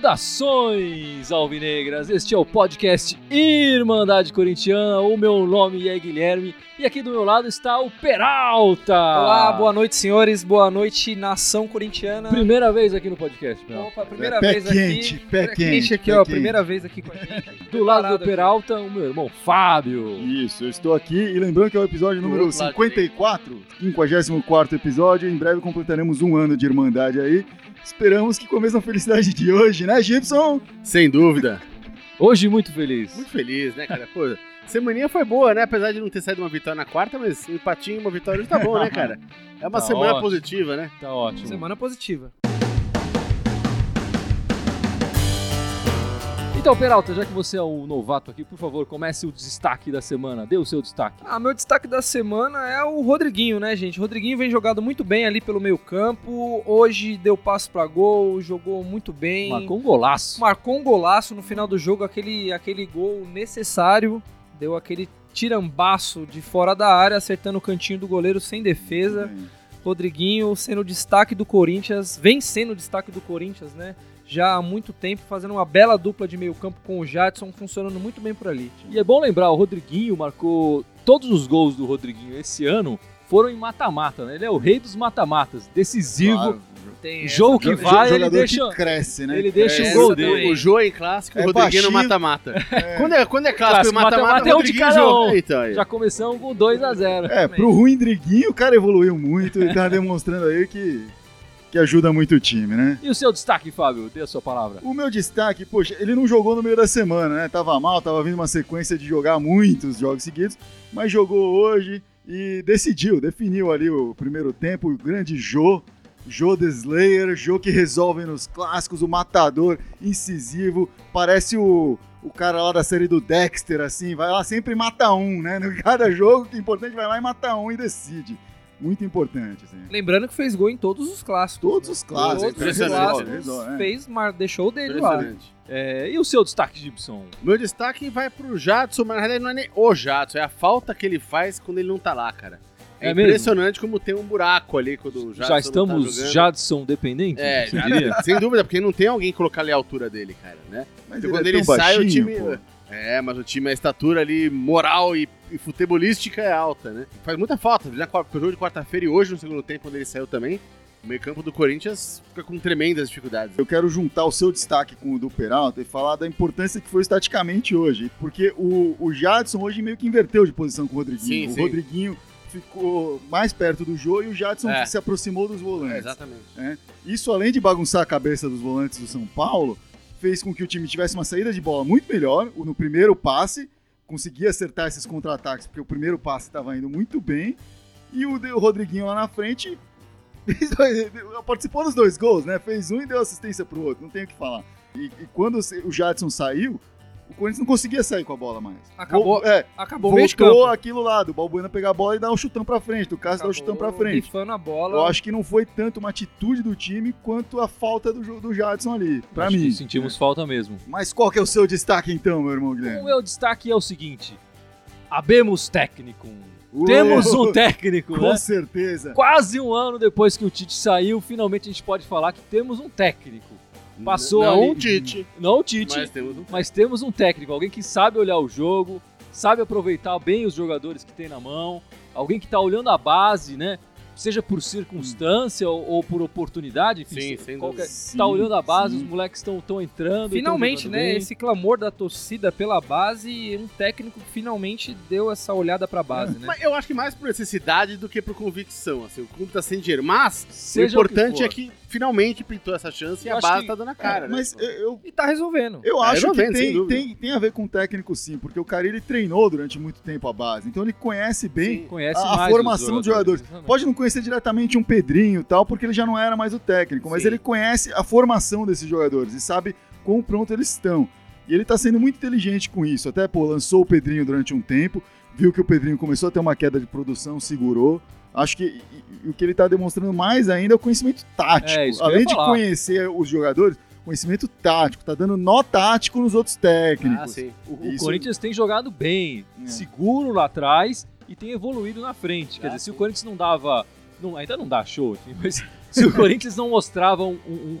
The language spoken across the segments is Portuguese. Saudações alvinegras! Este é o podcast Irmandade Corintiana. O meu nome é Guilherme e aqui do meu lado está o Peralta. Ah. Olá, boa noite, senhores. Boa noite, nação corintiana. Primeira vez aqui no podcast, Peralta. Opa, primeira pé vez quente, aqui. pé Primeira- quente, Christian aqui, pé ó, quente. primeira vez aqui com a gente. Do lado Preparado do aqui. Peralta, o meu irmão Fábio. Isso, eu estou aqui e lembrando que é o episódio número outro lado 54, 54 episódio. Em breve completaremos um ano de Irmandade aí. Esperamos que com a mesma felicidade de hoje, né, Gibson? Sem dúvida. Hoje muito feliz. Muito feliz, né, cara? Pô, semaninha foi boa, né? Apesar de não ter saído uma vitória na quarta, mas um empatinho, uma vitória hoje tá bom, né, cara? É uma Tá semana ótimo. positiva, né? Tá ótimo. Semana positiva. Então, Peralta, já que você é o novato aqui, por favor, comece o destaque da semana. Dê o seu destaque. Ah, meu destaque da semana é o Rodriguinho, né, gente? O Rodriguinho vem jogado muito bem ali pelo meio campo. Hoje deu passo pra gol, jogou muito bem. Marcou um golaço. Marcou um golaço no final do jogo, aquele, aquele gol necessário. Deu aquele tirambaço de fora da área, acertando o cantinho do goleiro sem defesa. Rodriguinho sendo o destaque do Corinthians, vem sendo o destaque do Corinthians, né? Já há muito tempo, fazendo uma bela dupla de meio campo com o Jadson, funcionando muito bem por ali. E é bom lembrar, o Rodriguinho marcou todos os gols do Rodriguinho esse ano foram em mata-mata, né? Ele é o rei dos mata-matas, decisivo, Claro. Tem jogo que Jo- vai, ele jogador deixa, que cresce, né? ele deixa Essa um gol também. dele. É, O Jô em clássico, É o Rodriguinho no baixinho. mata-mata. Quando, é, quando é clássico e Clássico, mata-mata mata-mata, é é um de cada um. Então, aí. Já começamos com 2 a 0 É, pro ruim Driguinho, o cara evoluiu muito e tá demonstrando aí que, que ajuda muito o time, né? E o seu destaque, Fábio? Dê a sua palavra. O meu destaque, poxa, ele não jogou no meio da semana, né? Tava mal, tava vindo uma sequência de jogar muitos jogos seguidos, mas jogou hoje e decidiu, definiu ali o primeiro tempo, o grande Jô, Jô The Slayer, Jô que resolve nos clássicos, o matador, incisivo, parece o, o cara lá da série do Dexter, assim, vai lá sempre e mata um, né? No cada jogo, que é importante, vai lá e mata um e decide. Muito importante, assim. Lembrando que fez gol em todos os clássicos. Todos os clássicos, Todos os impressionante, clássicos. né? Fez, mar, deixou o dele lá. Impressionante. É, e o seu destaque, Gibson? Meu destaque vai pro Jadson, mas na realidade não é nem o Jadson, é a falta que ele faz quando ele não tá lá, cara. É, É mesmo? impressionante como tem um buraco ali quando o Jadson Já não tá estamos jogando. Jadson dependente? É, você diria? sem dúvida, porque não tem alguém colocar ali a altura dele, cara, né? Mas Porque quando é ele tão sai, o baixinho, time. pô. É, mas o time, a estatura ali, moral e, e futebolística é alta, né? Faz muita falta. Na, quar- pro jogo de quarta-feira e hoje, no segundo tempo, quando ele saiu também, o meio-campo do Corinthians fica com tremendas dificuldades. Eu quero juntar o seu destaque com o do Peralta e falar da importância que foi estaticamente hoje. Porque o, o Jadson hoje meio que inverteu de posição com o Rodriguinho. Sim, o sim. Rodriguinho ficou mais perto do jogo e o Jadson É. se aproximou dos volantes. exatamente. Isso, além de bagunçar a cabeça dos volantes do São Paulo, fez com que o time tivesse uma saída de bola muito melhor o- no primeiro passe, conseguia acertar esses contra-ataques, porque o primeiro passe estava indo muito bem, e o, de- o Rodriguinho lá na frente fez dois- participou dos dois gols, né? Fez um e deu assistência pro outro, não tem o que falar. E, e quando o se- o Jadson saiu, o Corinthians não conseguia sair com a bola mais. Acabou- Vol- é, Acabou o meio de voltou campo. aquilo lá, do Balbuena pegar a bola e dar um chutão pra frente, do Cássio dar um chutão pra frente. Rifando a bola. Eu acho que não foi tanto uma atitude do time quanto a falta do, jo- do Jadson ali, pra Acho que mim. É. sentimos falta mesmo. Mas qual que é o seu destaque então, meu irmão O Guilherme? meu destaque é o seguinte: Abemos técnico. Temos um técnico, Com né? certeza. Quase um ano depois que o Tite saiu, finalmente a gente pode falar que temos um técnico. Passou Não ali- o Tite, Não o Tite, mas mas... temos um temos um técnico, alguém que sabe olhar o jogo, sabe aproveitar bem os jogadores que tem na mão, alguém que tá olhando a base, né? Seja por circunstância ou, ou por oportunidade, enfim, Sim, se- sem qualquer- dúvida. tá olhando a base, Sim, os moleques estão tão entrando. tão Finalmente, jogando né? bem. Esse clamor da torcida pela base, um técnico finalmente deu essa olhada pra base, né? Mas eu acho que mais por necessidade do que por convicção. Assim, o clube tá sem dinheiro, mas Seja o importante que é que finalmente pintou essa chance e Eu a acho base que- tá dando a cara. né? Mas eu, eu, E tá resolvendo. É eu Ah, acho eu não que vendo, sem tem, dúvida. tem, tem a ver com o técnico sim, porque o cara ele treinou durante muito tempo a base, então ele conhece bem Sim. conhece a- a mais os formação dos jogadores. exatamente. Pode não conhecer diretamente um Pedrinho e tal, porque ele já não era mais o técnico, mas Sim. ele conhece a formação desses jogadores e sabe quão pronto eles estão. E ele tá sendo muito inteligente com isso. Até, pô, lançou o Pedrinho durante um tempo, viu que o Pedrinho começou a ter uma queda de produção, segurou. Acho que e- e o que ele tá demonstrando mais ainda é o conhecimento tático. É, isso que eu ia Além de falar. conhecer os jogadores, conhecimento tático, tá dando nó tático nos outros técnicos. Ah, sim. O, o Isso- Corinthians tem jogado bem, É. seguro lá atrás e tem evoluído na frente. Quer Ah, dizer, se o sim. Corinthians não dava. não- ainda não dá show aqui, mas se o Corinthians não mostrava um, um-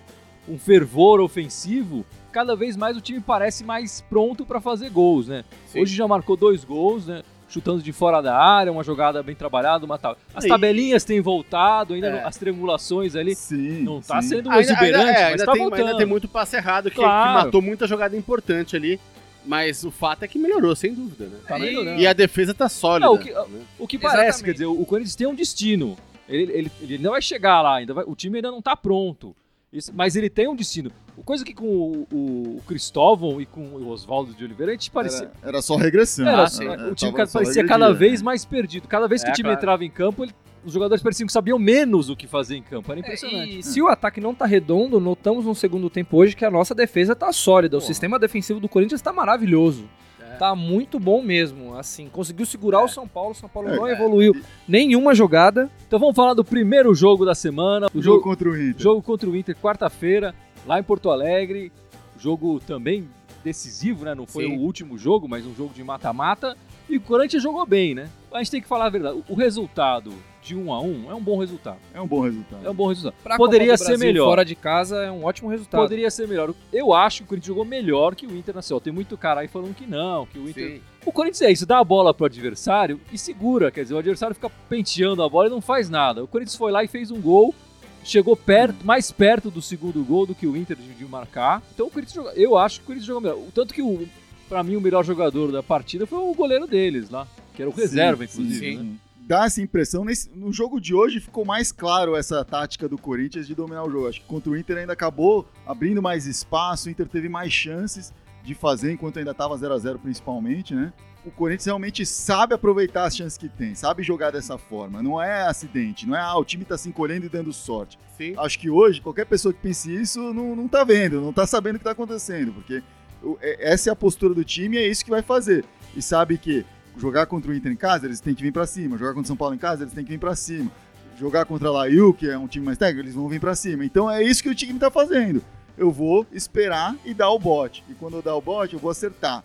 um fervor ofensivo, cada vez mais o time parece mais pronto para fazer gols, né? sim. Hoje já marcou dois gols, né? Chutando de fora da área, uma jogada bem trabalhada, uma tal. As E- tabelinhas têm voltado, ainda É. as triangulações ali. Sim. Não tá sim. sendo Ainda- exuberante, ainda, é, mas ainda tá tem, voltando. ainda tem muito passe errado que, Claro. que matou muita jogada importante ali. Mas o fato é que melhorou, sem dúvida, né? Tá E- melhorando. E a defesa tá sólida. Não, É, o que- né? O que Exatamente. parece, quer dizer, o Corinthians tem um destino. Ele, ele, ele não vai chegar lá ainda, vai- o time ainda não tá pronto. Isso- mas ele tem um destino. O Coisa que com o, o- o Cristóvão e com o Oswaldo de Oliveira, a gente parecia. Era, era só regressão. né? Era- assim, Ah, sim. Era- o time tava só parecia regredindo, cada né? vez mais perdido. Cada vez que É, o time claro. entrava em campo, ele- os jogadores pareciam que sabiam menos o que fazer em campo. Era É, impressionante. E se o ataque não tá redondo, notamos no segundo tempo hoje que a nossa defesa tá sólida. O Porra. sistema defensivo do Corinthians tá maravilhoso. É. Tá muito bom mesmo. Assim, conseguiu segurar o São Paulo. O São Paulo É, não evoluiu nenhuma jogada. Então vamos falar do primeiro jogo da semana. O O jogo jogo, contra o Inter. jogo contra o Inter, quarta-feira, lá em Porto Alegre. Jogo também decisivo, né? Não foi Sim. o último jogo, mas um jogo de mata-mata. E o Corinthians jogou bem, né? A gente tem que falar a verdade. O resultado de 1 a 1 é um bom resultado. É um bom resultado. É um bom resultado. Pra Poderia Copa do ser Brasil, melhor. Fora de casa é um ótimo resultado. Poderia ser melhor. Eu acho que o Corinthians jogou melhor que o Internacional. Tem muito cara aí falando que não, que o Inter Sim. o Corinthians é isso, dá a bola pro adversário e segura, quer dizer, o adversário fica penteando a bola e não faz nada. O Corinthians foi lá e fez um gol, chegou perto, mais perto do segundo gol do que o Inter de, de marcar. Então o Corinthians joga- eu acho que o Corinthians jogou melhor. O tanto que o para mim o melhor jogador da partida foi o goleiro deles lá, que era o Sim, reserva sim, inclusive, sim. né? Dá essa impressão. nesse- no jogo de hoje ficou mais claro essa tática do Corinthians de dominar o jogo. Acho que contra o Inter ainda acabou abrindo mais espaço, o Inter teve mais chances de fazer enquanto ainda estava 0 a 0 principalmente, né? O Corinthians realmente sabe aproveitar as chances que tem, sabe jogar dessa forma. Não é acidente, não é ah, o time tá se encolhendo e dando sorte. Sim. Acho que hoje qualquer pessoa que pense isso não, não tá vendo, não tá sabendo o que tá acontecendo, porque o- é- essa é a postura do time e é isso que vai fazer. E sabe que jogar contra o Inter em casa, eles têm que vir pra cima, jogar contra o São Paulo em casa, eles têm que vir pra cima. Jogar contra a Laú, que é um time mais técnico, eles vão vir pra cima. Então é isso que o time tá fazendo. Eu vou esperar e dar o bote. E quando eu dar o bote, eu vou acertar.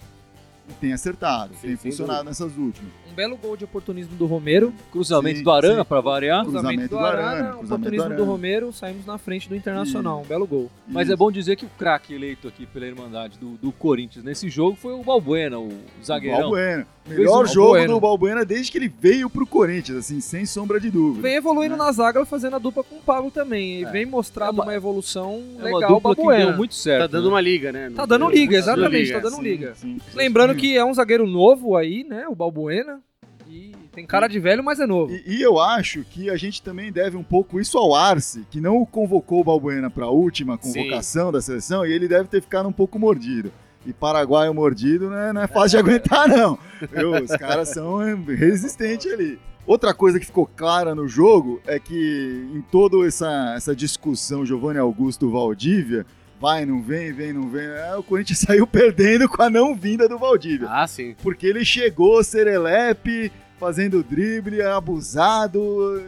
E tem acertado, Sim, tem sem funcionado nessas últimas. Um belo gol de oportunismo do Romero. Cruzamento Sim, do Arana sim. para variar. Cruzamento Cruzamento do do Arana, Arana, um cruzamento do oportunismo do Arana. Romero. Saímos na frente do Internacional. Um belo gol. Mas é bom dizer que o craque eleito aqui pela Irmandade do, do Corinthians nesse jogo foi o Balbuena, o zagueirão. Balbuena. Fez Melhor um jogo Balbuena. do Balbuena desde que ele veio pro Corinthians, assim, sem sombra de dúvida. Vem evoluindo É. na zaga, fazendo a dupla com o Pablo também. E É. vem mostrando Né? É uma, uma- evolução É uma legal. dupla Balbuena. que deu muito certo. Tá dando né? uma liga, né? Tá dando liga, Tá dando exatamente, liga. tá dando liga. sim. Lembrando que é um zagueiro novo aí, né? O Balbuena. E tem cara de velho, mas é novo. E, e eu acho que a gente também deve um pouco isso ao Arce, que não convocou o Balbuena para a última convocação da seleção e ele deve ter ficado um pouco mordido. E paraguaio mordido não é, não é fácil de aguentar, não. Eu, os caras são é, resistentes ali. Outra coisa que ficou clara no jogo é que em toda essa, essa discussão Giovanni Augusto Valdívia, vai, não vem, vem, não vem, é, o Corinthians saiu perdendo com a não vinda do Valdívia Ah, sim. porque ele chegou serelepe, fazendo drible, abusado,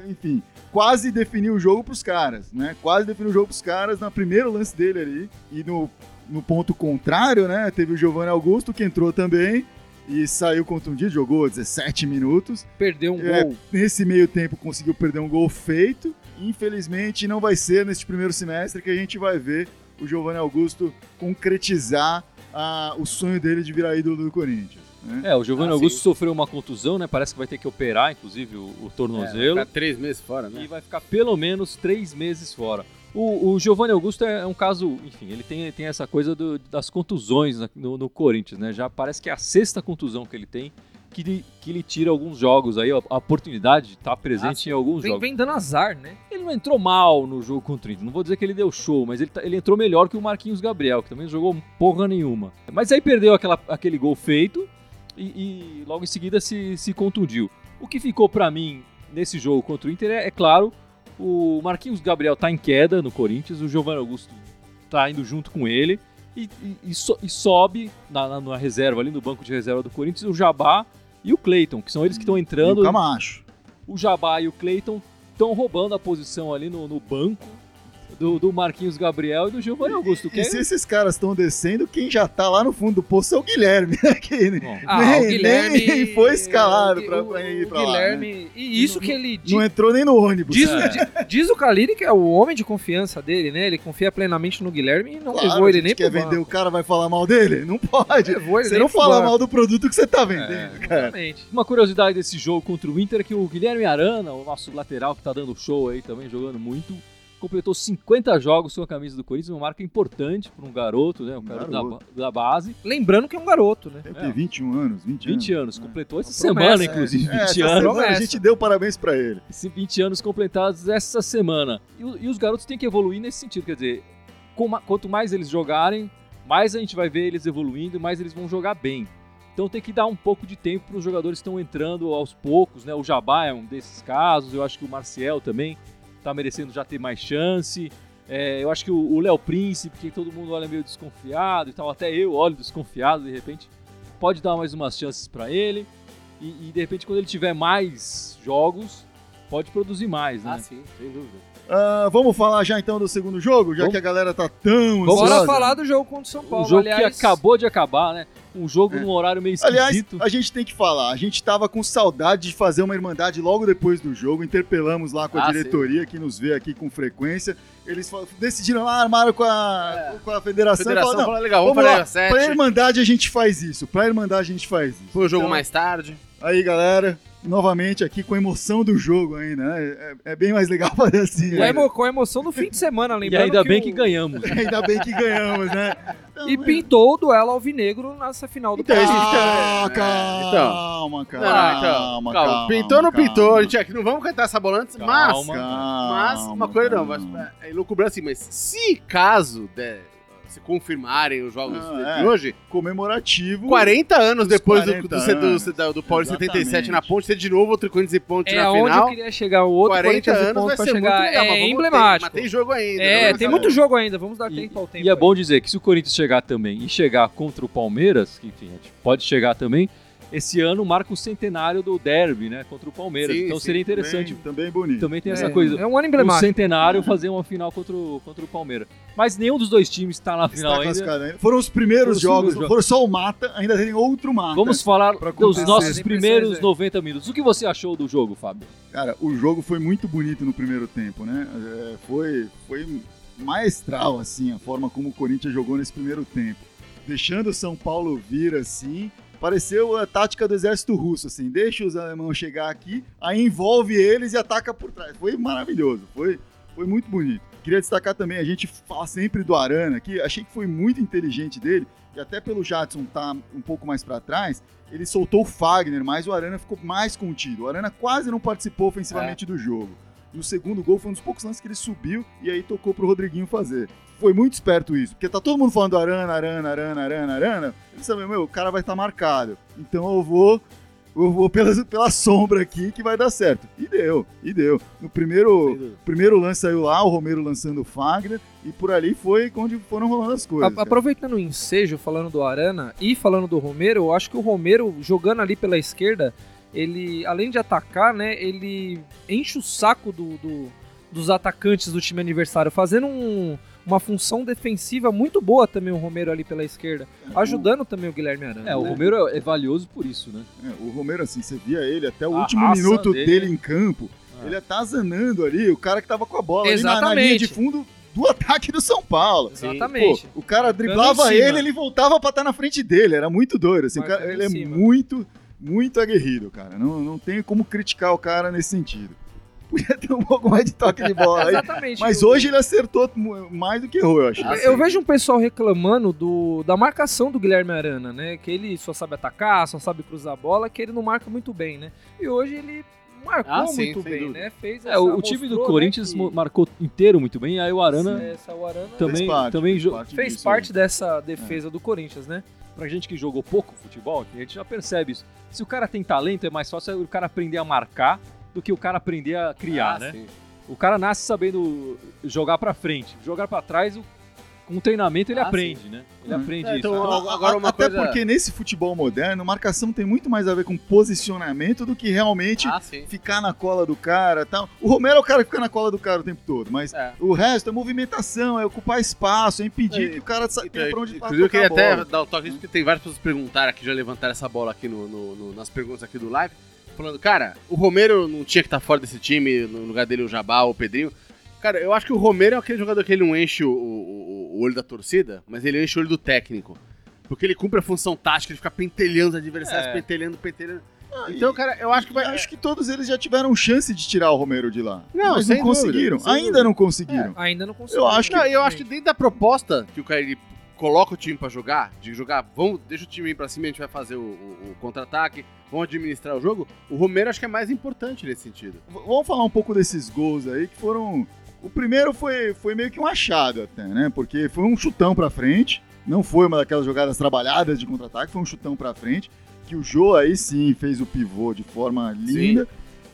enfim, quase definiu o jogo pros caras, né? Quase definiu o jogo pros caras no primeiro lance dele ali e no, no ponto contrário, né? Teve o Giovanni Augusto que entrou também e saiu contundido, jogou 17 minutos. Perdeu um É. gol. Nesse meio tempo conseguiu perder um gol feito. Infelizmente não vai ser neste primeiro semestre que a gente vai ver o Giovanni Augusto concretizar ah, o sonho dele de virar ídolo do Corinthians. né? É, o Giovanni Ah, Augusto sim. sofreu uma contusão, né? Parece que vai ter que operar, inclusive, o, o tornozelo. Tá três meses fora, né? e vai ficar pelo menos três meses fora. O, o Giovanni Augusto é um caso, enfim, ele tem, tem essa coisa do- das contusões na- no, no Corinthians, né? Já parece que é a sexta contusão que ele tem, que, lhe- que lhe tira alguns jogos aí, a, a oportunidade de estar presente em alguns Vem, jogos. vem dando azar, né? Ele não entrou mal no jogo contra o Inter, não vou dizer que ele deu show, mas ele, tá- ele entrou melhor que o Marquinhos Gabriel, que também não jogou porra nenhuma. Mas aí perdeu aquela- aquele gol feito e, e logo em seguida se, se contundiu. O que ficou pra mim nesse jogo contra o Inter é, é claro, o Marquinhos Gabriel tá em queda no Corinthians, o Giovanni Augusto tá indo junto com ele e, e- e so- e sobe na, na- na reserva, ali no banco de reserva do Corinthians, o Jabá e o Cleiton, que são eles que estão E o entrando Camacho. o Jabá e o Cleiton estão roubando a posição ali no, no banco. do, do Marquinhos Gabriel e do Giovanni Augusto. Que é E se esses caras estão descendo, quem já tá lá no fundo do poço é o Guilherme. né, que nem, Bom, Ah, o nem- Guilherme. nem foi escalado pra, o, pra o ir pra lá. né? Guilherme. E isso que ele diz. Não é entrou nem no ônibus. Diz, di- diz o Kalini que é o homem de confiança dele, né? Ele confia plenamente no Guilherme e não Claro, levou ele a gente nem pro quer banco. vender o cara, vai falar mal dele? Não pode. Levou ele Você nem não pro É. fala banco. mal do produto que você tá vendendo, cara. Exatamente. Uma curiosidade desse jogo contra o Inter é que o Guilherme Arana, o nosso lateral que tá dando show aí também, jogando muito, completou 50 jogos com a camisa do Corinthians, uma marca importante para um garoto, né? Um garoto, Garoto. Da, da base. Lembrando que é um garoto, né? Tem o É. quê? 21 anos, 20, 20 anos. anos, completou essa Uma semana, promessa, inclusive, É, 20 essa anos. semana a Promessa. gente deu parabéns pra ele. Esses 20 anos completados essa semana. E, o- e os garotos têm que evoluir nesse sentido, quer dizer, com ma- quanto mais eles jogarem, mais a gente vai ver eles evoluindo, mais eles vão jogar bem. Então tem que dar um pouco de tempo para os jogadores que estão entrando aos poucos, né? O Jabá é um desses casos, eu acho que o Marcial também tá merecendo já ter mais chance. É, eu acho que o o Léo Príncipe, que todo mundo olha meio desconfiado e tal, até eu olho desconfiado de repente, pode dar mais umas chances para ele. E, e, de repente, quando ele tiver mais jogos, pode produzir mais, Ah, né? sim, sem dúvida. Ah, vamos falar já então do segundo jogo, já Vamos. que a galera tá tão Bora ansiosa. falar do jogo contra o São Paulo. um jogo aliás, que acabou de acabar, né? Um jogo É. num horário meio Aliás, esquisito. a gente tem que falar. A gente tava com saudade de fazer uma irmandade logo depois do jogo. Interpelamos lá com a Ah, diretoria, que nos vê aqui com frequência. Eles fal- decidiram lá, armaram com a, É. com a federação, e Federação falaram: fala legal, não, vamos, vamos para lá, a sete. pra irmandade a gente faz isso, pra irmandade a gente faz isso. Foi o jogo Então, mais tarde. Aí, galera, novamente aqui com a emoção do jogo ainda, né? É, é bem mais legal fazer assim. com a né? emo- com a emoção do fim de semana, e lembrando. ainda bem que o- ganhamos. Ainda bem que ganhamos, né? Então, E mas- pintou o duelo alvinegro nessa final do Então, Paulista. ah, é, calma, calma, Não, então, calma, pintou ou não calma. pintou? A gente aqui não vamos cantar essa bola antes, mas. Calma. Mas uma coisa não, mas, calma. é loucubrando assim, mas se caso der- se confirmarem os jogos Ah, de é. hoje, Comemorativo. 40 anos Os depois do- 40 do, do, anos, do, do, do Paulista exatamente. 77 na ponte, ter de novo outro Corinthians e ponte É na onde eu final. queria chegar. O outro 40 Corinthians e anos ponto vai pra ser muito chegar. legal, mas é vamos- emblemático. Mas tem jogo ainda. é, né? tem Tá muito bom. jogo ainda. Vamos dar E, tempo ao tempo. e é bom dizer que se o Corinthians chegar também e chegar contra o Palmeiras, que enfim, a gente pode chegar também, esse ano marca o centenário do derby, né? Contra o Palmeiras. Sim, então sim, seria Interessante. interessante. Também, também bonito. Também tem É, essa coisa. É um O ano emblemático. centenário fazer uma final contra o, contra o Palmeiras. Mas nenhum dos dois times está na final Está ainda. classificado ainda. Foram os primeiros Foram os jogos, primeiros foram só o mata, ainda tem outro mata. Vamos falar Pra dos compensar nossos as impressões primeiros aí. 90 minutos. O que você achou do jogo, Fábio? Cara, o jogo foi muito bonito no primeiro tempo, né? É, foi, foi maestral, assim, a forma como o Corinthians jogou nesse primeiro tempo. Deixando o São Paulo vir assim, pareceu a tática do exército russo, assim, deixa os alemãos chegar aqui, aí envolve eles e ataca por trás. Foi maravilhoso, foi, foi muito bonito. Queria destacar também, a gente fala sempre do Arana aqui, achei que foi muito inteligente dele, e até pelo Jadson tá um pouco mais para trás, ele soltou o Fagner, mas o Arana ficou mais contido. O Arana quase não participou ofensivamente É. do jogo. No segundo gol foi um dos poucos lances que ele subiu e aí tocou pro Rodriguinho fazer. Foi muito esperto isso, porque tá todo mundo falando do Arana, Arana, Arana, Arana, Arana. Ele sabe, meu, o cara vai estar marcado. Então eu vou eu vou pela, pela sombra aqui que vai dar certo. E deu, e deu. No Sem primeiro, dúvida. primeiro lance saiu lá, o Romero lançando o Fagner, e por ali foi onde foram rolando as coisas. A- cara. Aproveitando o ensejo, falando do Arana e falando do Romero, eu acho que o Romero, jogando ali pela esquerda, ele, além de atacar, né, ele enche o saco do- do- dos atacantes do time adversário, fazendo um- uma função defensiva muito boa também o Romero ali pela esquerda, Uhum. ajudando também o Guilherme Arana. É, o né? Romero é valioso por isso, né? É, o Romero, assim, você via ele até o A último raça minuto dele, dele. em campo. Ah. Ele tá zanando ali, o cara que tava com a bola ali na, na linha Exatamente. de fundo do ataque do São é- Paulo. Exatamente. Pô, o cara driblava em cima. ele, ele voltava pra estar na frente dele. Era muito doido. Assim, o cara- Marcando em ele é cima. muito, muito aguerrido, cara. Não, não tem como criticar o cara nesse sentido. Podia ter um pouco mais de toque de bola aí. Exatamente. Mas o- hoje ele acertou mu- mais do que errou, eu acho. Ah, Eu Assim. sim. vejo um pessoal reclamando do, da marcação do Guilherme Arana, né? Que ele só sabe atacar, só sabe cruzar a bola, que ele não marca muito bem, né? E hoje ele marcou Ah, sim, muito sem bem, dúvida. né? Fez É, essa- o, o time do mostrou, né, Corinthians que mo- marcou inteiro muito bem, aí o Arana essa- o Arana também- né? também jo- fez disso, parte dessa defesa do Corinthians, né? pra gente que jogou pouco futebol, a gente já percebe isso. Se o cara tem talento, é mais fácil o cara aprender a marcar do que o cara aprender a criar, Ah, né? sim. O cara nasce sabendo jogar pra frente. Jogar pra trás, o com treinamento ele Ah, aprende, né? Ele Hum. aprende É, então, isso. ó, agora uma Até coisa- porque nesse futebol moderno, marcação tem muito mais a ver com posicionamento do que realmente Ah, sim. ficar na cola do cara tal. O Romero é o cara que fica na cola do cara o tempo todo, mas É. o resto é movimentação, é ocupar espaço, é impedir É, que o cara sa- tenha pra onde Inclusive, eu queria tocar a até bola. dar o toque disso, porque tem várias pessoas que perguntaram aqui, já levantaram essa bola aqui no, no- no- nas perguntas aqui do live, falando, cara, o Romero não tinha que estar fora desse time, no lugar dele o Jabá, o Pedrinho. Cara, eu acho que o Romero é aquele jogador que ele não enche o, o- o olho da torcida, mas ele enche o olho do técnico. Porque ele cumpre a função tática, ele fica pentelhando os adversários, É. pentelhando, pentelhando. Ah, Então, cara, eu acho que vai. Acho que todos eles já tiveram chance de tirar o Romero de lá. Não, mas sem não conseguiram. dúvida, sem Ainda dúvida. não conseguiram. Ainda não né, consigo. Eu acho que- Não, eu acho que dentro da proposta que o Cairi coloca o time pra jogar, de jogar, vamos, deixa o time ir pra cima, a gente vai fazer o, o- o contra-ataque, vamos administrar o jogo, o Romero acho que é mais importante nesse sentido. V- Vamos falar um pouco desses gols aí que foram. O primeiro foi, foi meio que um achado até, né? Porque foi um chutão pra frente. Não foi uma daquelas jogadas trabalhadas de contra-ataque, foi um chutão pra frente. Que o Jô aí sim fez o pivô de forma linda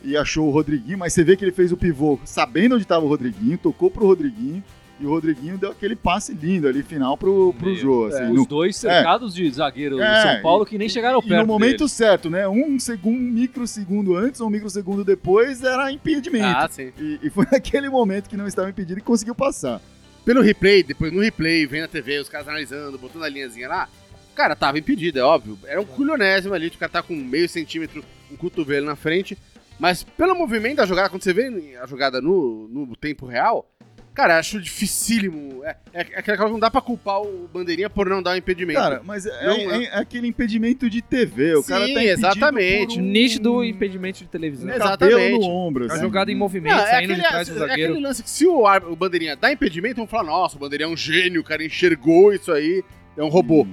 e achou o Rodriguinho, mas você vê que ele fez o pivô sabendo onde estava o Rodriguinho, tocou pro Rodriguinho e o Rodriguinho deu aquele passe lindo ali final pro, pro Meu, Jô. Assim, no- É, Os dois cercados de zagueiro É, do São Paulo que nem chegaram e perto. no momento dele. certo, né? Um segundo, um microsegundo antes ou um microsegundo depois era impedimento. Ah, sim. E, e foi naquele momento que não estava impedido e conseguiu passar. Pelo replay, depois no replay, vem na TV, os caras analisando, botando a linhazinha lá, cara, tava impedido, é óbvio. Era um culionésimo ali, o cara tá com meio centímetro, um cotovelo na frente, mas pelo movimento da jogada, quando você vê a jogada no, no tempo real, cara, acho dificílimo. É, é, é aquela coisa que não dá pra culpar o bandeirinha por não dar o impedimento. Cara, mas é, Não, é- é aquele impedimento de TV. o Sim, cara tá impedido exatamente. por um Nítido impedimento de televisão. Exato. cabelo Exatamente. no ombro. Tá A assim. jogada em Não, movimento, é, saindo aquele, de trás do é zagueiro. aquele lance que se o, ar- o bandeirinha dá impedimento, vão falar, nossa, o bandeirinha é um gênio, o cara enxergou isso aí, é um robô.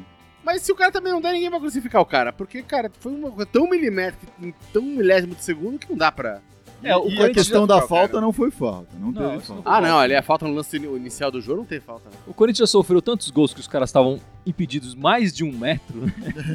Mas se o cara também não der, ninguém vai crucificar o cara. Porque, cara, foi uma coisa tão milimétrica, em tão milésimo de segundo que não dá pra. E, É, o e a Corinthians questão não- da cara. falta não foi falta. Não, Não, teve isso falta. não- Ah, não, ali a falta no lance ini- inicial do jogo não tem falta. né? O Corinthians já sofreu tantos gols que os caras estavam impedidos mais de um metro né,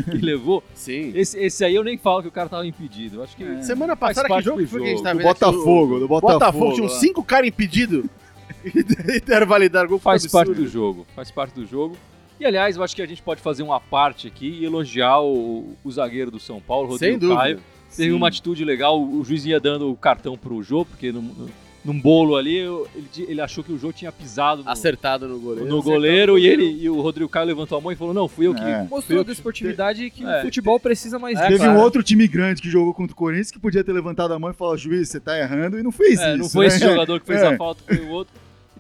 que levou. Sim. Esse, esse aí eu nem falo que o cara tava impedido. Eu acho que. É. Semana Faz passada, que parte jogo do que foi que a gente jogo. tá Do vendo? Botafogo, do O Botafogo. Botafogo tinha uns lá. cinco caras impedidos e deram validar gol. um Faz absurdo. parte do jogo, faz parte do jogo. E aliás, eu acho que a gente pode fazer uma parte aqui e elogiar o, o zagueiro do São Paulo, Sem Rodrigo dúvida. Caio. Teve Sim. uma atitude legal, o juiz ia dando o cartão pro Jô, porque num, num- num bolo ali eu- ele, di- ele achou que o Jô tinha pisado no, Acertado no goleiro. no goleiro e ele e o Rodrigo Caio levantou a mão e falou: Não, fui eu que. né, É. Mostrou da esportividade que É. o futebol precisa mais né? É, Teve claro. um outro time grande que jogou contra o Corinthians que podia ter levantado a mão e falar, juiz, você tá errando, e não fez É, isso. não foi né? esse jogador que fez É. a falta, foi o outro.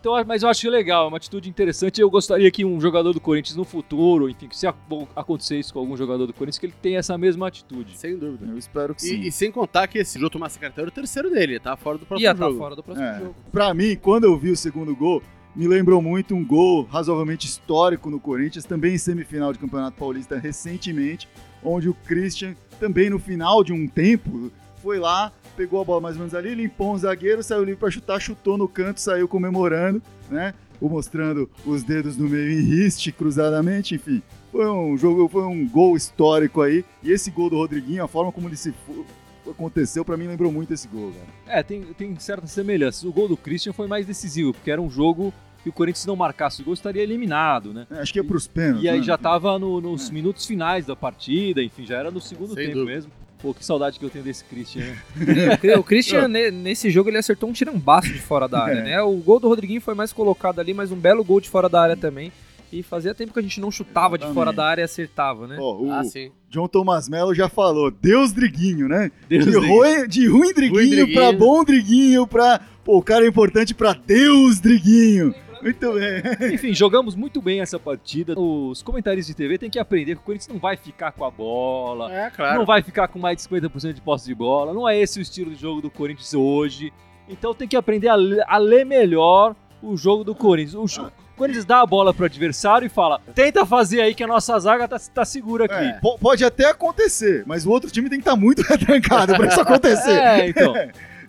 Então, mas eu acho legal, é uma atitude interessante. Eu gostaria que um jogador do Corinthians no futuro, enfim, que se ac- acontecer isso com algum jogador do Corinthians, que ele tenha essa mesma atitude. Sem dúvida. Eu espero que sim. E, e sem contar que esse Jô Tomás cartão era o terceiro dele, ele tá fora do próprio Ia estar jogo. ah, fora do próximo É. jogo. Pra mim, quando eu vi o segundo gol, me lembrou muito um gol razoavelmente histórico no Corinthians, também em semifinal de Campeonato Paulista recentemente, onde o Christian, também no final de um tempo, foi lá, pegou a bola mais ou menos ali, limpou um zagueiro, saiu livre pra chutar, chutou no canto, saiu comemorando, né? Ou mostrando os dedos no meio em riste, cruzadamente, enfim. Foi um jogo, foi um gol histórico aí. E esse gol do Rodriguinho, a forma como ele se fu- aconteceu, pra mim lembrou muito esse gol, cara. É, tem, tem certas semelhanças. O gol do Christian foi mais decisivo, porque era um jogo que o Corinthians se não marcasse o gol estaria eliminado, né? É, Acho que é pros pênaltis. E aí né? já tá tava no- nos É. minutos finais da partida, enfim, já era no segundo Sem tempo dúvida. mesmo. Pô, que saudade que eu tenho desse Christian. né? O Cri- O Christian, ne- nesse jogo, ele acertou um tirambaço de fora da área, É. É. né? O gol do Rodriguinho foi mais colocado ali, mas um belo gol de fora da área também. E fazia tempo que a gente não chutava de fora Exatamente. da área e acertava, né? Ó, o Ah, sim. John Thomas Mello já falou, Deus Driguinho, né? Deus de, do céu. Ruim, de ruim Driguinho Driguinho. pra bom Driguinho, pra... Pô, o cara é importante pra Deus Driguinho. Muito bem. Enfim, jogamos muito bem essa partida. Os comentários de TV têm que aprender que o Corinthians não vai ficar com a bola, É, claro. não vai ficar com mais de 50% de posse de bola. Não é esse o estilo de jogo do Corinthians hoje. Então tem que aprender a, le- a ler melhor o jogo do Corinthians. O, jo- o Corinthians dá a bola pro adversário e fala: tenta fazer aí que a nossa zaga tá, tá segura aqui. É. Po- Pode até acontecer, mas o outro time tem que estar muito retrancado pra isso acontecer. É, então.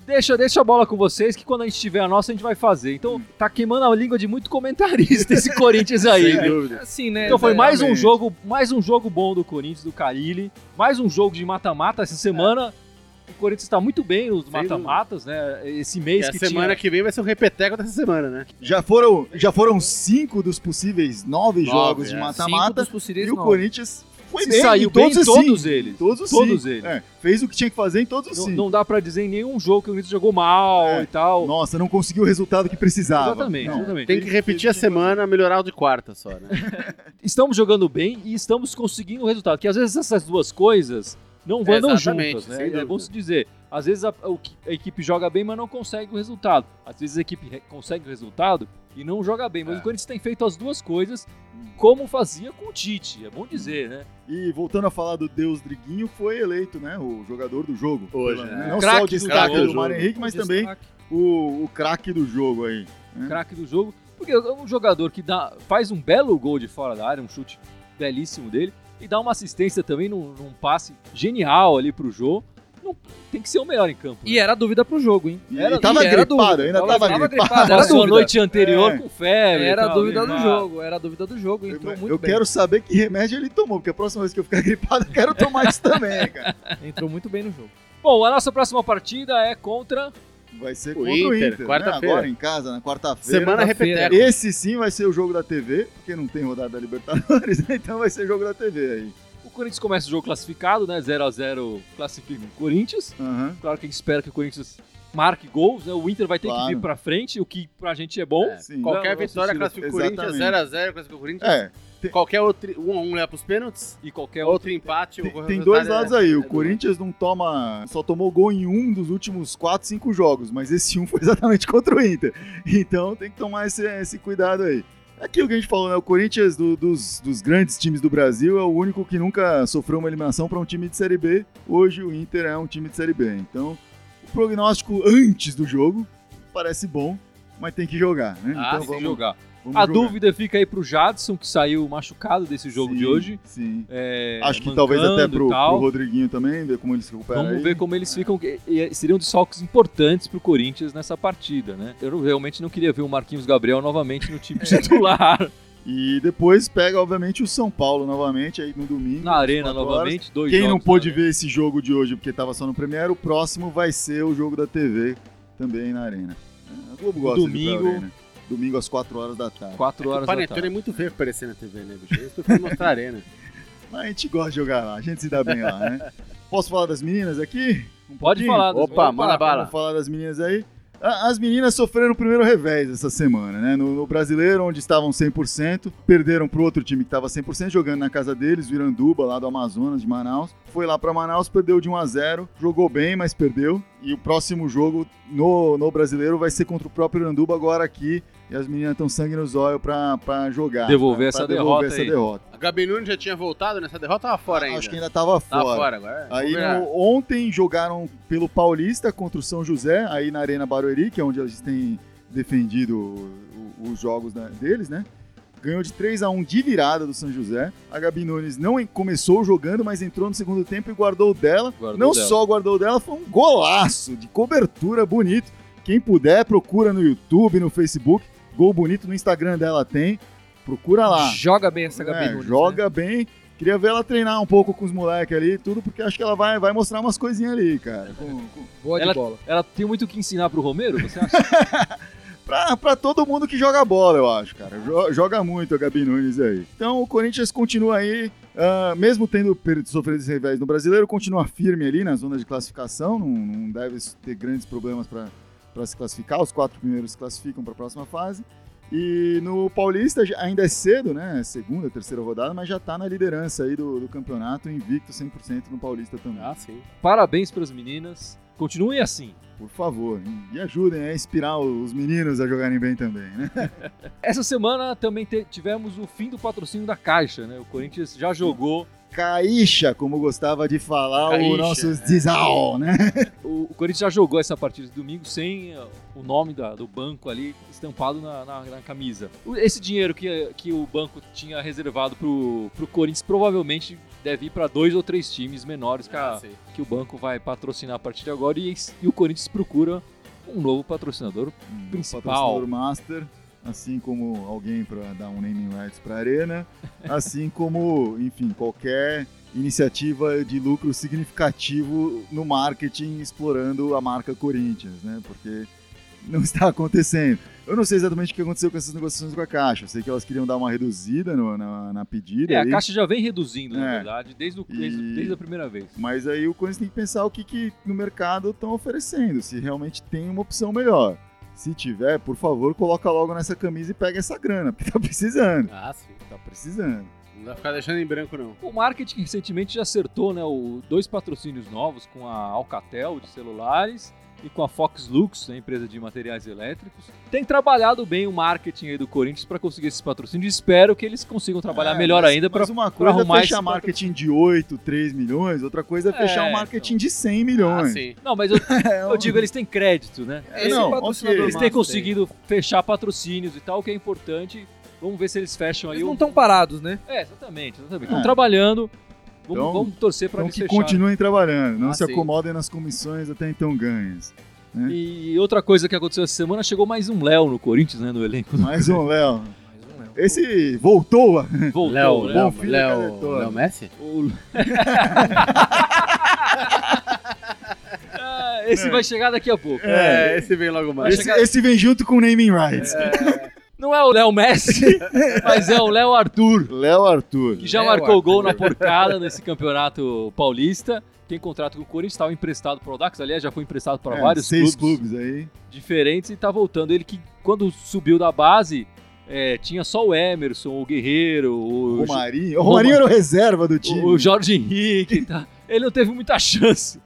Deixa, deixa a bola com vocês, que quando a gente tiver a nossa, a gente vai fazer. Então, tá queimando a língua de muito comentarista esse Corinthians aí. Sem viu? dúvida. Assim, né? Então foi É, mais um Exatamente. jogo, mais um jogo bom do Corinthians, do Carilli, mais um jogo de mata-mata essa semana. o Corinthians está muito bem nos Sem dúvida. mata-matas, né? Esse E mês a que semana tinha... que vem vai ser o repeteco dessa semana, né? Já foram, já foram cinco dos possíveis nove, Nove, jogos é. de Cinco mata-mata. dos possíveis E o nove. Corinthians foi Se bem. saiu em todos bem em os todos cinco. eles. Todos os Todos cinco. eles. É, fez o que tinha que fazer em todos os Não, cinco. não dá pra dizer em nenhum jogo que o Corinthians jogou mal É. e tal. Nossa, não conseguiu o resultado que precisava. Exatamente, Não. exatamente. Tem que repetir a semana, melhorar o de quarta só, né? Estamos jogando bem e estamos conseguindo o resultado. Que às vezes essas duas coisas não vão andam Exatamente, juntas, né? sem É bom dúvida. se dizer. Às vezes a, o que- a equipe joga bem, mas não consegue o resultado. Às vezes a equipe re- consegue o resultado e não joga bem. Mas É. o Corinthians tem feito as duas coisas como fazia com o Tite. É bom dizer, né? E voltando a falar do Deus Driguinho, foi eleito, né, o jogador do jogo. Hoje, Pela- né? Não Craque só o do destaque jogo. do Mário Henrique, mas O também destaque. o, o craque do jogo aí. Hum. Uhum. Craque do jogo. Porque é um jogador que dá, faz um belo gol de fora da área, um chute belíssimo dele, e dá uma assistência também num, num passe genial ali pro jogo. Não- tem que ser o melhor em campo. né? E era dúvida pro jogo, hein? E, Era- e tava e era gripado, dúvida. ainda Tava- tava, tava gripado. gripado, era Passou a dúvida. noite anterior É. com febre. e Era a tal, dúvida do né? jogo, era a dúvida do jogo, entrou Eu, muito eu bem. quero saber que remédio ele tomou, porque a próxima vez que eu ficar gripado, eu quero tomar isso também, cara. Entrou muito bem no jogo. Bom, a nossa próxima partida é contra. Vai ser O contra o Inter, Inter, né? quarta-feira. agora em casa, na quarta-feira. semana quarta-feira. repeteco. Esse sim vai ser o jogo da TV, porque não tem rodada da Libertadores, então vai ser jogo da TV aí. O Corinthians começa o jogo classificado, né? 0x0 classifica o Corinthians. Aham. Claro que a gente espera que o Corinthians marque gols, né? O Inter vai ter que Claro. vir pra frente, o que pra gente é bom. É, Sim. Não, Qualquer não vitória assistiu. classifica o Corinthians, Exatamente. 0x0 classifica o Corinthians. É, Qualquer outro 1x1 leva pros pênaltis. E qualquer um outro. Outro empate. tem, o tem resultado dois é- lados aí. é O do- Corinthians não toma. Só tomou gol em um dos últimos 4, 5 jogos, mas esse um foi exatamente contra o Inter. Então tem que tomar esse, esse cuidado aí. É Aquilo que a gente falou, né? O Corinthians, do- dos, dos grandes times do Brasil, é o único que nunca sofreu uma eliminação para um time de Série B. Hoje o Inter é um time de Série B. Então, o prognóstico antes do jogo parece bom, mas tem que jogar, né? Ah, então tem que jogar. vamos A jogar. dúvida fica aí pro Jadson, que saiu machucado desse jogo Sim, de hoje. Sim. É, Acho que mancando talvez até e pro, tal. pro Rodriguinho também, ver como ele se recupera Vamos aí. ver como eles ficam. que- e- Seriam desfalques importantes pro Corinthians nessa partida, né? Eu não- realmente não queria ver o Marquinhos Gabriel novamente no time titular. E depois pega, obviamente, o São Paulo novamente aí no domingo. na arena quatro horas. novamente. Dois Quem não jogos pôde na ver esse jogo de hoje porque tava só no Premiere, o próximo vai ser o jogo da TV também na arena. É, A Globo gosta de ir Domingo. pra arena. Domingo às 4 horas da tarde. arena. Quatro O horas da Panetone tarde. é muito feio aparecer na TV, né, bicho? Isso que eu fui mostrar né? a arena. Mas a gente gosta de jogar lá, a gente se dá bem lá, né? Posso falar das meninas aqui? Um Pode pouquinho? falar. das Opa, meninas. manda bala. Vamos falar das meninas aí. A- As meninas sofreram o primeiro revés essa semana, né? No, no brasileiro, onde estavam 100%, perderam pro outro time que estava 100%, jogando na casa deles, o Iranduba, lá do Amazonas, de Manaus. Foi lá para Manaus, perdeu de 1 a 0 jogou bem, mas perdeu. E o próximo jogo no, no brasileiro vai ser contra o próprio Iranduba, agora aqui. E as meninas estão sangue nos olhos pra, pra jogar. Devolver pra- essa pra devolver derrota essa aí. derrota. A Gabi Nunes já tinha voltado nessa derrota ou tava fora ainda? Ah, Acho que ainda tava Tá Tava fora. fora agora. Aí Vamos ver. no- ontem jogaram pelo Paulista contra o São José, aí na Arena Barueri, que é onde eles têm defendido o- o- os jogos da- deles, né? Ganhou de 3 a 1 de virada do São José. A Gabi Nunes não en- começou jogando, mas entrou no segundo tempo e guardou o dela. Guardou não dela. só guardou o dela, foi um golaço de cobertura bonito. Quem puder, procura no YouTube, no Facebook. Gol bonito no Instagram dela tem. Procura lá. Joga bem essa Gabi É, Nunes, joga bem. Queria ver ela treinar um pouco com os moleques ali, e tudo, porque acho que ela vai, vai mostrar umas coisinhas ali, cara. Com- com- né? Boa de Ela- bola. Ela tem muito o que ensinar pro Romero, você acha? pra, pra todo mundo que joga bola, eu acho, cara. Jo- joga muito a Gabi Nunes aí. Então o Corinthians continua aí, ah, mesmo tendo per- sofrido esse revés no brasileiro, continua firme ali na zona de classificação. Não, não deve ter grandes problemas pra pra se classificar. Os quatro primeiros se classificam pra próxima fase. E no Paulista já- ainda é cedo, né? Segunda, terceira rodada, mas já tá na liderança aí do, do campeonato, invicto 100% no Paulista também. Ah, sim. Parabéns pras meninas. Continuem assim. Por favor, e ajudem a inspirar os meninos a jogarem bem também, né? Essa semana também te- tivemos o fim do patrocínio da Caixa, né? O Corinthians já jogou. Caixa, como gostava de falar o Caixa, nosso é. Dizal, né? O, o Corinthians já jogou essa partida de domingo sem eh, o nome da- do banco ali estampado na, na- na camisa. O- Esse dinheiro que, que o banco tinha reservado pro, pro Corinthians provavelmente deve ir para dois ou três times menores que, é a- Ah, sim. que o banco vai patrocinar a partir de agora e, e o Corinthians procura um novo patrocinador. Principal. O patrocinador master, assim como alguém para dar um naming rights para arena, assim como, enfim, qualquer iniciativa de lucro significativo no marketing explorando a marca Corinthians, né? Porque não está acontecendo. Eu não sei exatamente o que aconteceu com essas negociações com a Caixa. Eu sei que elas queriam dar uma reduzida no- na, na pedida. É, a aí. Caixa já vem reduzindo, na É. verdade, desde, o- E- desde, desde a primeira vez. Mas aí o Corinthians tem que pensar o que, que no mercado estão oferecendo, se realmente tem uma opção melhor. Se tiver, por favor, coloca logo nessa camisa e pega essa grana, porque tá precisando. Ah, sim. Tá precisando. Não vai ficar deixando em branco, não. O marketing recentemente já acertou né, o, dois patrocínios novos com a Alcatel de celulares e com a Fox Lux, a empresa de materiais elétricos. Tem trabalhado bem o marketing aí do Corinthians para conseguir esses patrocínios. Espero que eles consigam trabalhar É, melhor mas- ainda para Mas uma coisa arrumar é fechar esse marketing de 8, 3 milhões, outra coisa é fechar É, um marketing de 100 milhões. Ah, sim. Não, mas eu, É, eu digo, eles têm crédito, né? É, não, patrocinador ok. Eles massa têm tem. conseguido fechar patrocínios e tal, o que é importante. Vamos ver se eles fecham aí. Eles não o- estão parados, né? É, exatamente, exatamente. Estão É. trabalhando. Vamos, Então- vamos torcer para Então eles que fecharem. continuem trabalhando, não Ah, se sim. acomodem nas comissões até então ganhas. E outra coisa que aconteceu essa semana, chegou mais um Léo no Corinthians, né, no elenco. Mais um, Léo. Mais um Léo. Esse voltou, Voltou, né? Léo. Bonfim, Cadetor. Messi? O- Ah, esse vai chegar daqui a pouco. É. É, esse vem logo mais. esse, esse vem junto com o naming rights. Não é o Léo Messi, mas é o Léo Arthur, Léo Arthur. que já Léo marcou Arthur. gol na porcada nesse campeonato paulista. Tem contrato com o Corinthians, estava emprestado para o Audax, aliás, já foi emprestado para É, vários seis clubes, clubes aí. diferentes e está voltando. Ele que, quando subiu da base, é, tinha só o Emerson, o Guerreiro, o, Romarinho. O Romarinho era o reserva do time. o, o Jorge Henrique, tá? ele não teve muita chance.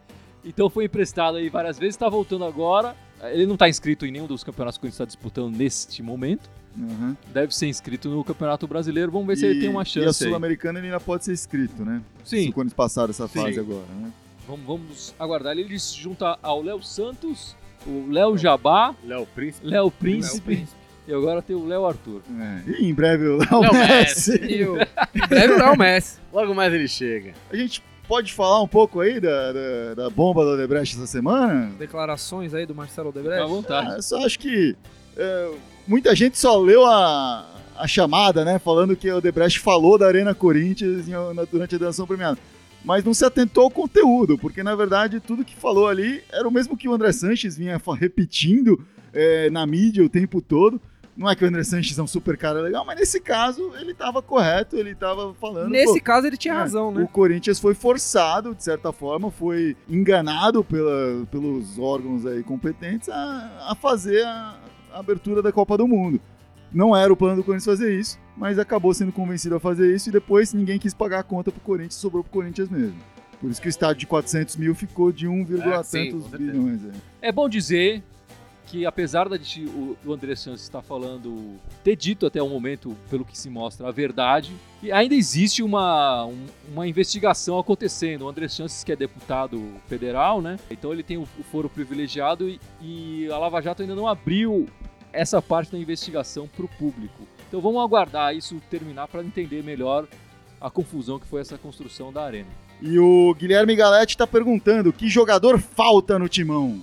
Então foi emprestado aí várias vezes, tá voltando agora. Ele não tá inscrito em nenhum dos campeonatos que o Corinthians está disputando neste momento. Uhum. Deve ser inscrito no Campeonato Brasileiro. Vamos ver se ele tem uma E a chance. aí. Sul-Americana ele ainda pode ser escrito, né? Sim, Quando eles passaram essa fase Sim. agora, né? vamos, vamos aguardar. Ele se junta ao Léo Santos, o Léo Jabá, Léo Príncipe. Léo É, Príncipe, e agora tem o Léo Arthur. É. E em breve o Léo Léo é. Messi. E o... em breve não é o Messi. Logo mais ele chega. A gente pode falar um pouco aí da, da, da bomba do Odebrecht essa semana? Declarações aí do Marcelo Fica à Odebrecht. vontade. Ah, eu só acho que é, muita gente só leu a, a chamada, né? Falando que o Debrecht falou da Arena Corinthians em- na- durante a danção premiada. Mas não se atentou ao conteúdo, porque na verdade tudo que falou ali era o mesmo que o André Sanches vinha fa- repetindo é, na mídia o tempo todo. Não é que o André Sanches é um super cara legal, mas nesse caso ele estava correto, ele estava falando. pô, Nesse caso ele tinha é, razão, né? O Corinthians foi forçado, de certa forma, foi enganado pela- pelos órgãos aí competentes a, a fazer a, a abertura da Copa do Mundo. Não era o plano do Corinthians fazer isso, mas acabou sendo convencido a fazer isso e depois ninguém quis pagar a conta pro Corinthians, sobrou pro Corinthians mesmo. Por isso que o estádio de 400 mil ficou de 1, É, sim, com tantos certeza. bilhões. é. É bom dizer que apesar da gente, o, o André Santos está falando, ter dito até o momento, pelo que se mostra, a verdade, e ainda existe uma, um- uma investigação acontecendo. O André Santos, que é deputado federal, né? Então ele tem o, o foro privilegiado e, e a Lava Jato ainda não abriu essa parte da investigação para o público. Então vamos aguardar isso terminar para entender melhor a confusão que foi essa construção da arena. E o Guilherme Galete tá perguntando que jogador falta no timão.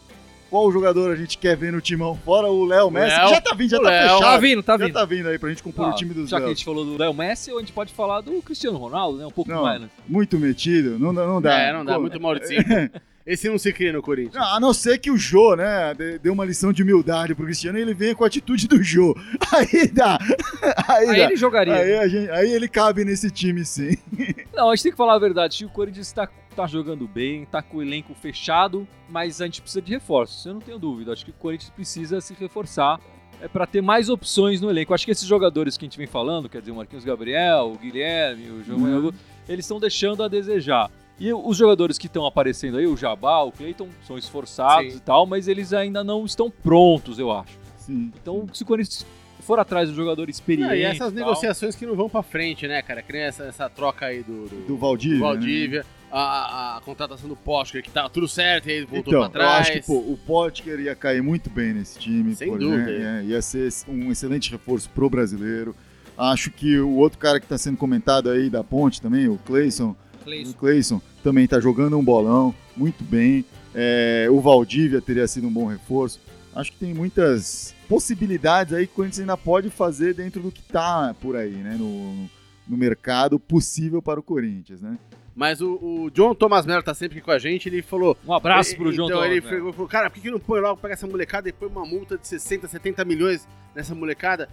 Qual jogador a gente quer ver no timão? Fora o Léo Messi, que Léo. já tá vindo, já O tá Léo. fechado. Tá vindo, tá Já vindo. tá vindo aí pra gente compor Ah, o time dos Já que a Léo. gente falou do Léo Messi, a gente pode falar do Cristiano Ronaldo, né? Um pouco Não. mais, né? Muito metido, não, dá- não dá. É, não dá. Pô, Muito Mauricinho. Esse não se cria no Corinthians. A não ser que o Jô, né, de- deu uma lição de humildade pro Cristiano e ele venha com a atitude do Jô. Aí dá. Aí, Aí dá. ele jogaria. Aí, a gente- aí ele cabe nesse time, sim. Não, a gente tem que falar a verdade. O Corinthians tá, tá jogando bem, tá com o elenco fechado, mas a gente precisa de reforços. Eu não tenho dúvida. Acho que o Corinthians precisa se reforçar é, para ter mais opções no elenco. Acho que esses jogadores que a gente vem falando, quer dizer, o Marquinhos Gabriel, o Guilherme, o João Uhum. Manuel, eles estão deixando a desejar. E os jogadores que estão aparecendo aí, o Jabá, o Cleiton, são esforçados Sim. e tal, mas eles ainda não estão prontos, eu acho. Sim. Então, se o Corinthians for atrás do jogador experiente. Não, e essas tal, negociações que não vão pra frente, né, cara? Que nem essa, essa troca aí do, do, Do Valdívia. do né? Valdívia, a, a- a contratação do Postker, que tá tudo certo, e aí voltou Então, pra trás. eu acho que pô, o Potker ia cair muito bem nesse time. Sem pô, dúvida. né? É, ia ser um excelente reforço pro brasileiro. Acho que o outro cara que tá sendo comentado aí da ponte também, o Cleison, É O Cleison também está jogando um bolão, muito bem. É, o Valdívia teria sido um bom reforço. Acho que tem muitas possibilidades aí que o Corinthians ainda pode fazer tá dentro do que está por aí, né? No, no mercado possível para o Corinthians, né? Mas o, o John Thomas Mello tá sempre aqui com a gente, ele falou. Um abraço Ele- pro John né? Então Thomas ele Mello. falou, falou, cara, por que, que não põe logo, pega essa molecada e põe uma multa de 60, 70 milhões nessa molecada?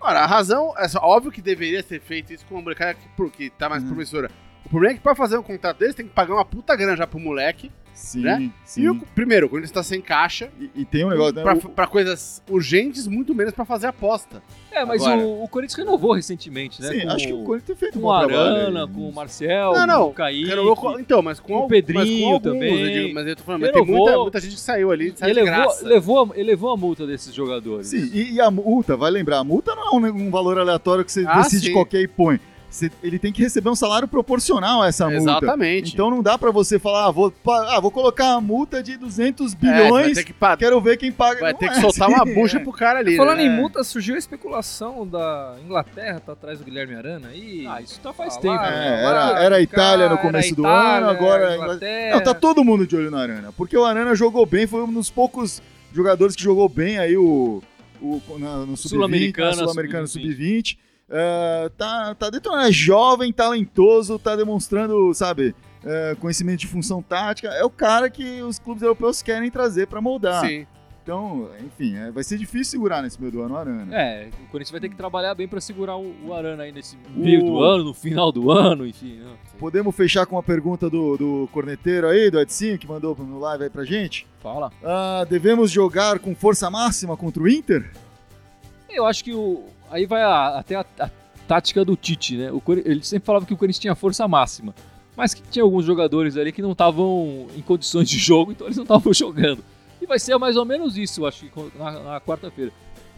Ora, a razão, é só- óbvio que deveria ser feito isso com uma molecada que, pô, que tá mais Uhum. promissora. O problema é que pra fazer um contrato desse tem que pagar uma puta grana já pro moleque. Sim, né? sim. E o, primeiro, quando ele tá sem caixa, E, e tem um negócio, né? pra, O- pra coisas urgentes, muito menos pra fazer aposta. É, mas Agora- o, o Corinthians renovou recentemente, né? Sim, com, acho que o Corinthians tem feito um com bom o trabalho aí. Arana, com o Marcel, Não, não, com o Kaique. Renovou com- então, mas com o al- mas Pedrinho com alguns, também. eu digo, mas eu tô falando, mas tem Renovou. muita, muita gente que saiu ali, E saiu tá de elevou, graça. elevou, a- elevou a multa desses jogadores. Sim, e, e a multa, vai lembrar, a multa não é um, um valor aleatório que você Ah, decide sim. qualquer e põe. Você- ele tem que receber um salário proporcional a essa multa. Exatamente. Então não dá pra você falar, ah, vou, pa- ah, vou colocar a multa de 200 É, vai bilhões, ter que pa- quero ver quem paga. Vai Não ter é que soltar assim, uma é. bucha pro cara ali. Falando né? em multa, surgiu a especulação da Inglaterra, tá atrás do Guilherme Arana aí. Ah, isso tá faz Falaram, tempo. É, né? era- falaram, era a Itália no cara, começo era a do Itália, ano, agora era a a Inglaterra. Não, tá todo mundo de olho no Arana, porque o Arana jogou bem, foi um dos poucos jogadores que jogou bem aí o, o na- no sub-20, Sul-Americana, na Sul-Americana sub-20. sub-20. Eh, tá, tá detonando, é jovem, talentoso, tá demonstrando, sabe, eh, conhecimento de função tática. É o cara que os clubes europeus querem trazer pra moldar. Sim. Então, enfim, é, vai ser difícil segurar nesse meio do ano o Arana. É, o Corinthians vai ter que trabalhar bem pra segurar o, o Arana aí nesse meio do ano, no final do ano, enfim. né? Podemos fechar com uma pergunta do, do corneteiro aí, do Edson, que mandou no live aí pra gente. Fala. Ah, devemos jogar com força máxima contra o Inter? Eu acho que o, aí vai a- até a, a tática do Tite, né? O Cori- ele sempre falava que o Corinthians tinha força máxima, mas que tinha alguns jogadores ali que não estavam em condições de jogo, então eles não estavam jogando. E vai ser mais ou menos isso, eu acho, que co- na, na quarta-feira.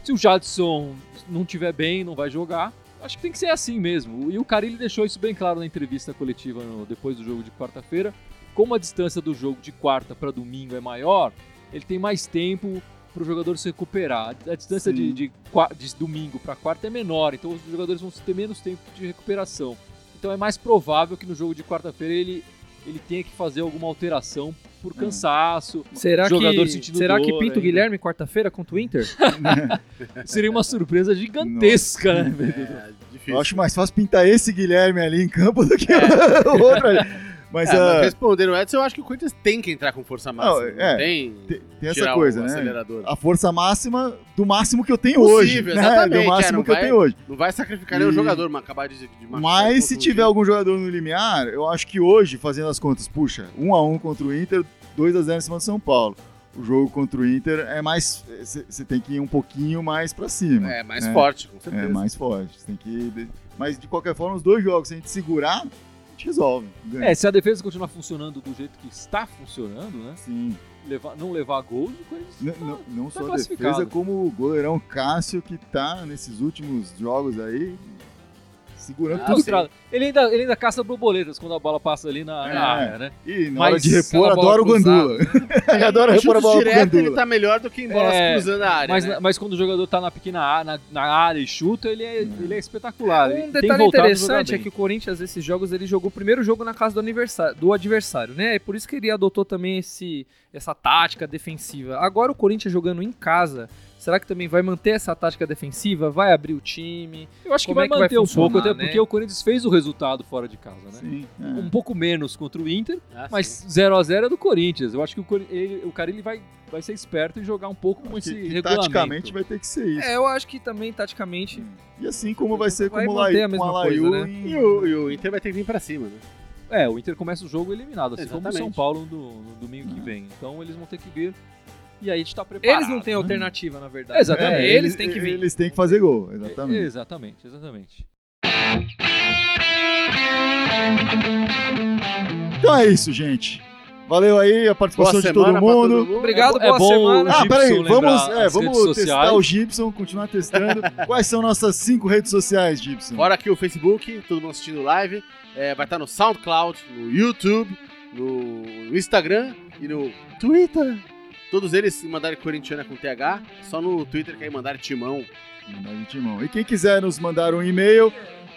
Se o Jadson não tiver bem, não vai jogar, acho que tem que ser assim mesmo. E o Carilli deixou isso bem claro na entrevista coletiva no- depois do jogo de quarta-feira. Como a distância do jogo de quarta para domingo é maior, ele tem mais tempo para o jogador se recuperar. A distância de, Sim. de qua- de domingo para quarta é menor, então os jogadores vão ter menos tempo de recuperação. Então é mais provável que no jogo de quarta-feira ele, ele tenha que fazer alguma alteração Hum. por cansaço. Será Jogador que, sentindo será dor que pinta o ainda. Guilherme quarta-feira contra o Inter? Seria uma surpresa gigantesca, né? É, difícil. Eu acho mais fácil pintar esse Guilherme ali em campo do que o outro ali. Mas, É, ah, mas respondendo o Edson, eu acho que o Corinthians tem que entrar com força máxima. Não, Não, é, tem, tem- tem essa tirar coisa, o né? Acelerador. a força máxima do máximo que eu tenho Possível, hoje. né? exatamente, Do é, máximo não que eu vai- tenho hoje. Não vai sacrificar nem o E- jogador, mas acabar de, de machucar Mas contra se o tiver time. algum jogador no limiar, eu acho que hoje, fazendo as contas, puxa, 1 a 1 contra o Inter, 2 a 0 em cima do São Paulo. O jogo contra o Inter é mais. Você tem que ir um pouquinho mais pra cima. É, mais É. forte, com É certeza. mais forte. Você tem que. Mas de qualquer forma, os dois jogos, se a gente segurar, a gente resolve. Ganha. É, se a defesa continuar funcionando do jeito que está funcionando, né? Sim. Levar, não levar gols, o Corinthians assim, N- tá- Não, não tá só a classificado. defesa, como o goleirão Cássio, que tá nesses últimos jogos aí, segurando Ah, tá tudo. frustrado. Ele ainda, ele ainda caça borboletas quando a bola passa ali na, na É. área, né? E na Mas hora de aquela repor, bola adoro o cruzada, Gandula. Ele adora Em repor a bola chutes pro é, direto, ele Gandula. tá melhor do que em bolas É, cruzando a área, Mas, né? na- mas quando o jogador tá na pequena á- na, na área e chuta, ele é, Hum. ele é espetacular. Ele Um tem detalhe voltado a jogar interessante é bem. que o Corinthians, esses jogos, ele jogou o primeiro jogo na casa do, aniversário, do adversário, né? E por isso que ele adotou também esse, essa tática defensiva. Agora o Corinthians jogando em casa, será que também vai manter essa tática defensiva? Vai abrir o time? Eu acho que Como vai é que vai manter um funcionar, pouco, até né? porque o Corinthians fez o resultado fora de casa, né? Sim, é. Um pouco menos contra o Inter, Ah, sim. mas 0 a 0 é do Corinthians. Eu acho que o, Cori- ele, o cara ele vai, vai ser esperto e jogar um pouco com é. esse Que- que regulamento. taticamente vai ter que ser isso. É, eu acho que também, taticamente, E assim como vai ser Vai com o manter a Laí, com mesma a Laiu coisa, né? em- E o, e o Inter vai ter que vir pra cima, né? É, o Inter começa o jogo eliminado, assim como o Exatamente. São Paulo no, no domingo que vem. Então eles vão ter que vir e aí a gente tá preparado. Uhum. eles não têm alternativa, na verdade. Exatamente. É, eles têm que vir. Eles têm que fazer gol, exatamente. Exatamente, exatamente. Então é isso, gente. Valeu aí a participação de todo pra mundo. Obrigado, É boa bom- semana. O Ah, Gibson peraí, lembrar vamos, é, as redes vamos testar sociais. o Gibson, continuar testando. Quais são nossas cinco redes sociais, Gibson? Hum. Fora aqui o Facebook, todo mundo assistindo live. é, vai estar no SoundCloud, no YouTube, no, no Instagram e no Twitter. Todos eles se mandarem corintiana com TH, só no Twitter que aí mandar timão. Mandar de timão. E quem quiser nos mandar um e-mail,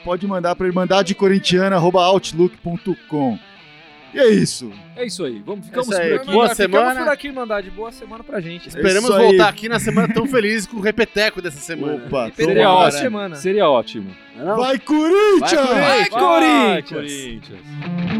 pode mandar para irmandadecorintiana.outlook.com. E é isso. É isso aí, vamos, ficamos isso aí. por Vai aqui. mandar- Boa ficamos semana. por aqui, mandar de boa semana pra gente. né? É Isso Esperamos aí. voltar aqui na semana tão feliz com o repeteco dessa semana. Opa, Seria boa ótimo. semana. Seria ótimo. Não é não? Vai, Corinthians! Vai, Corinthians! Vai, Corinthians! Corinthians!